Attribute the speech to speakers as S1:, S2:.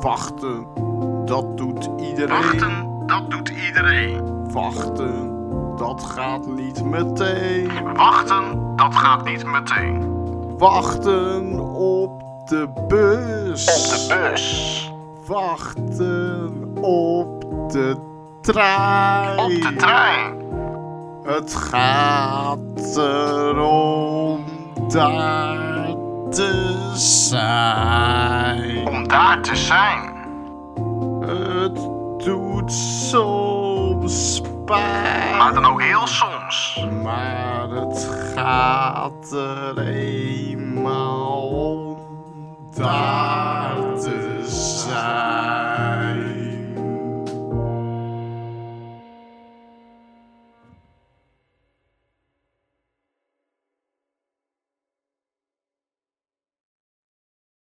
S1: Wachten, dat doet iedereen.
S2: Wachten, dat doet iedereen.
S1: Wachten, dat gaat niet meteen.
S2: Wachten, dat gaat niet meteen.
S1: Wachten op de bus.
S2: De bus.
S1: Wachten op de trein.
S2: Op de trein.
S1: Het gaat erom daar te zijn.
S2: Om daar te zijn.
S1: Het doet soms
S2: Maar
S1: pijn,
S2: dan ook heel soms.
S1: maar het gaat er eenmaal om. Daar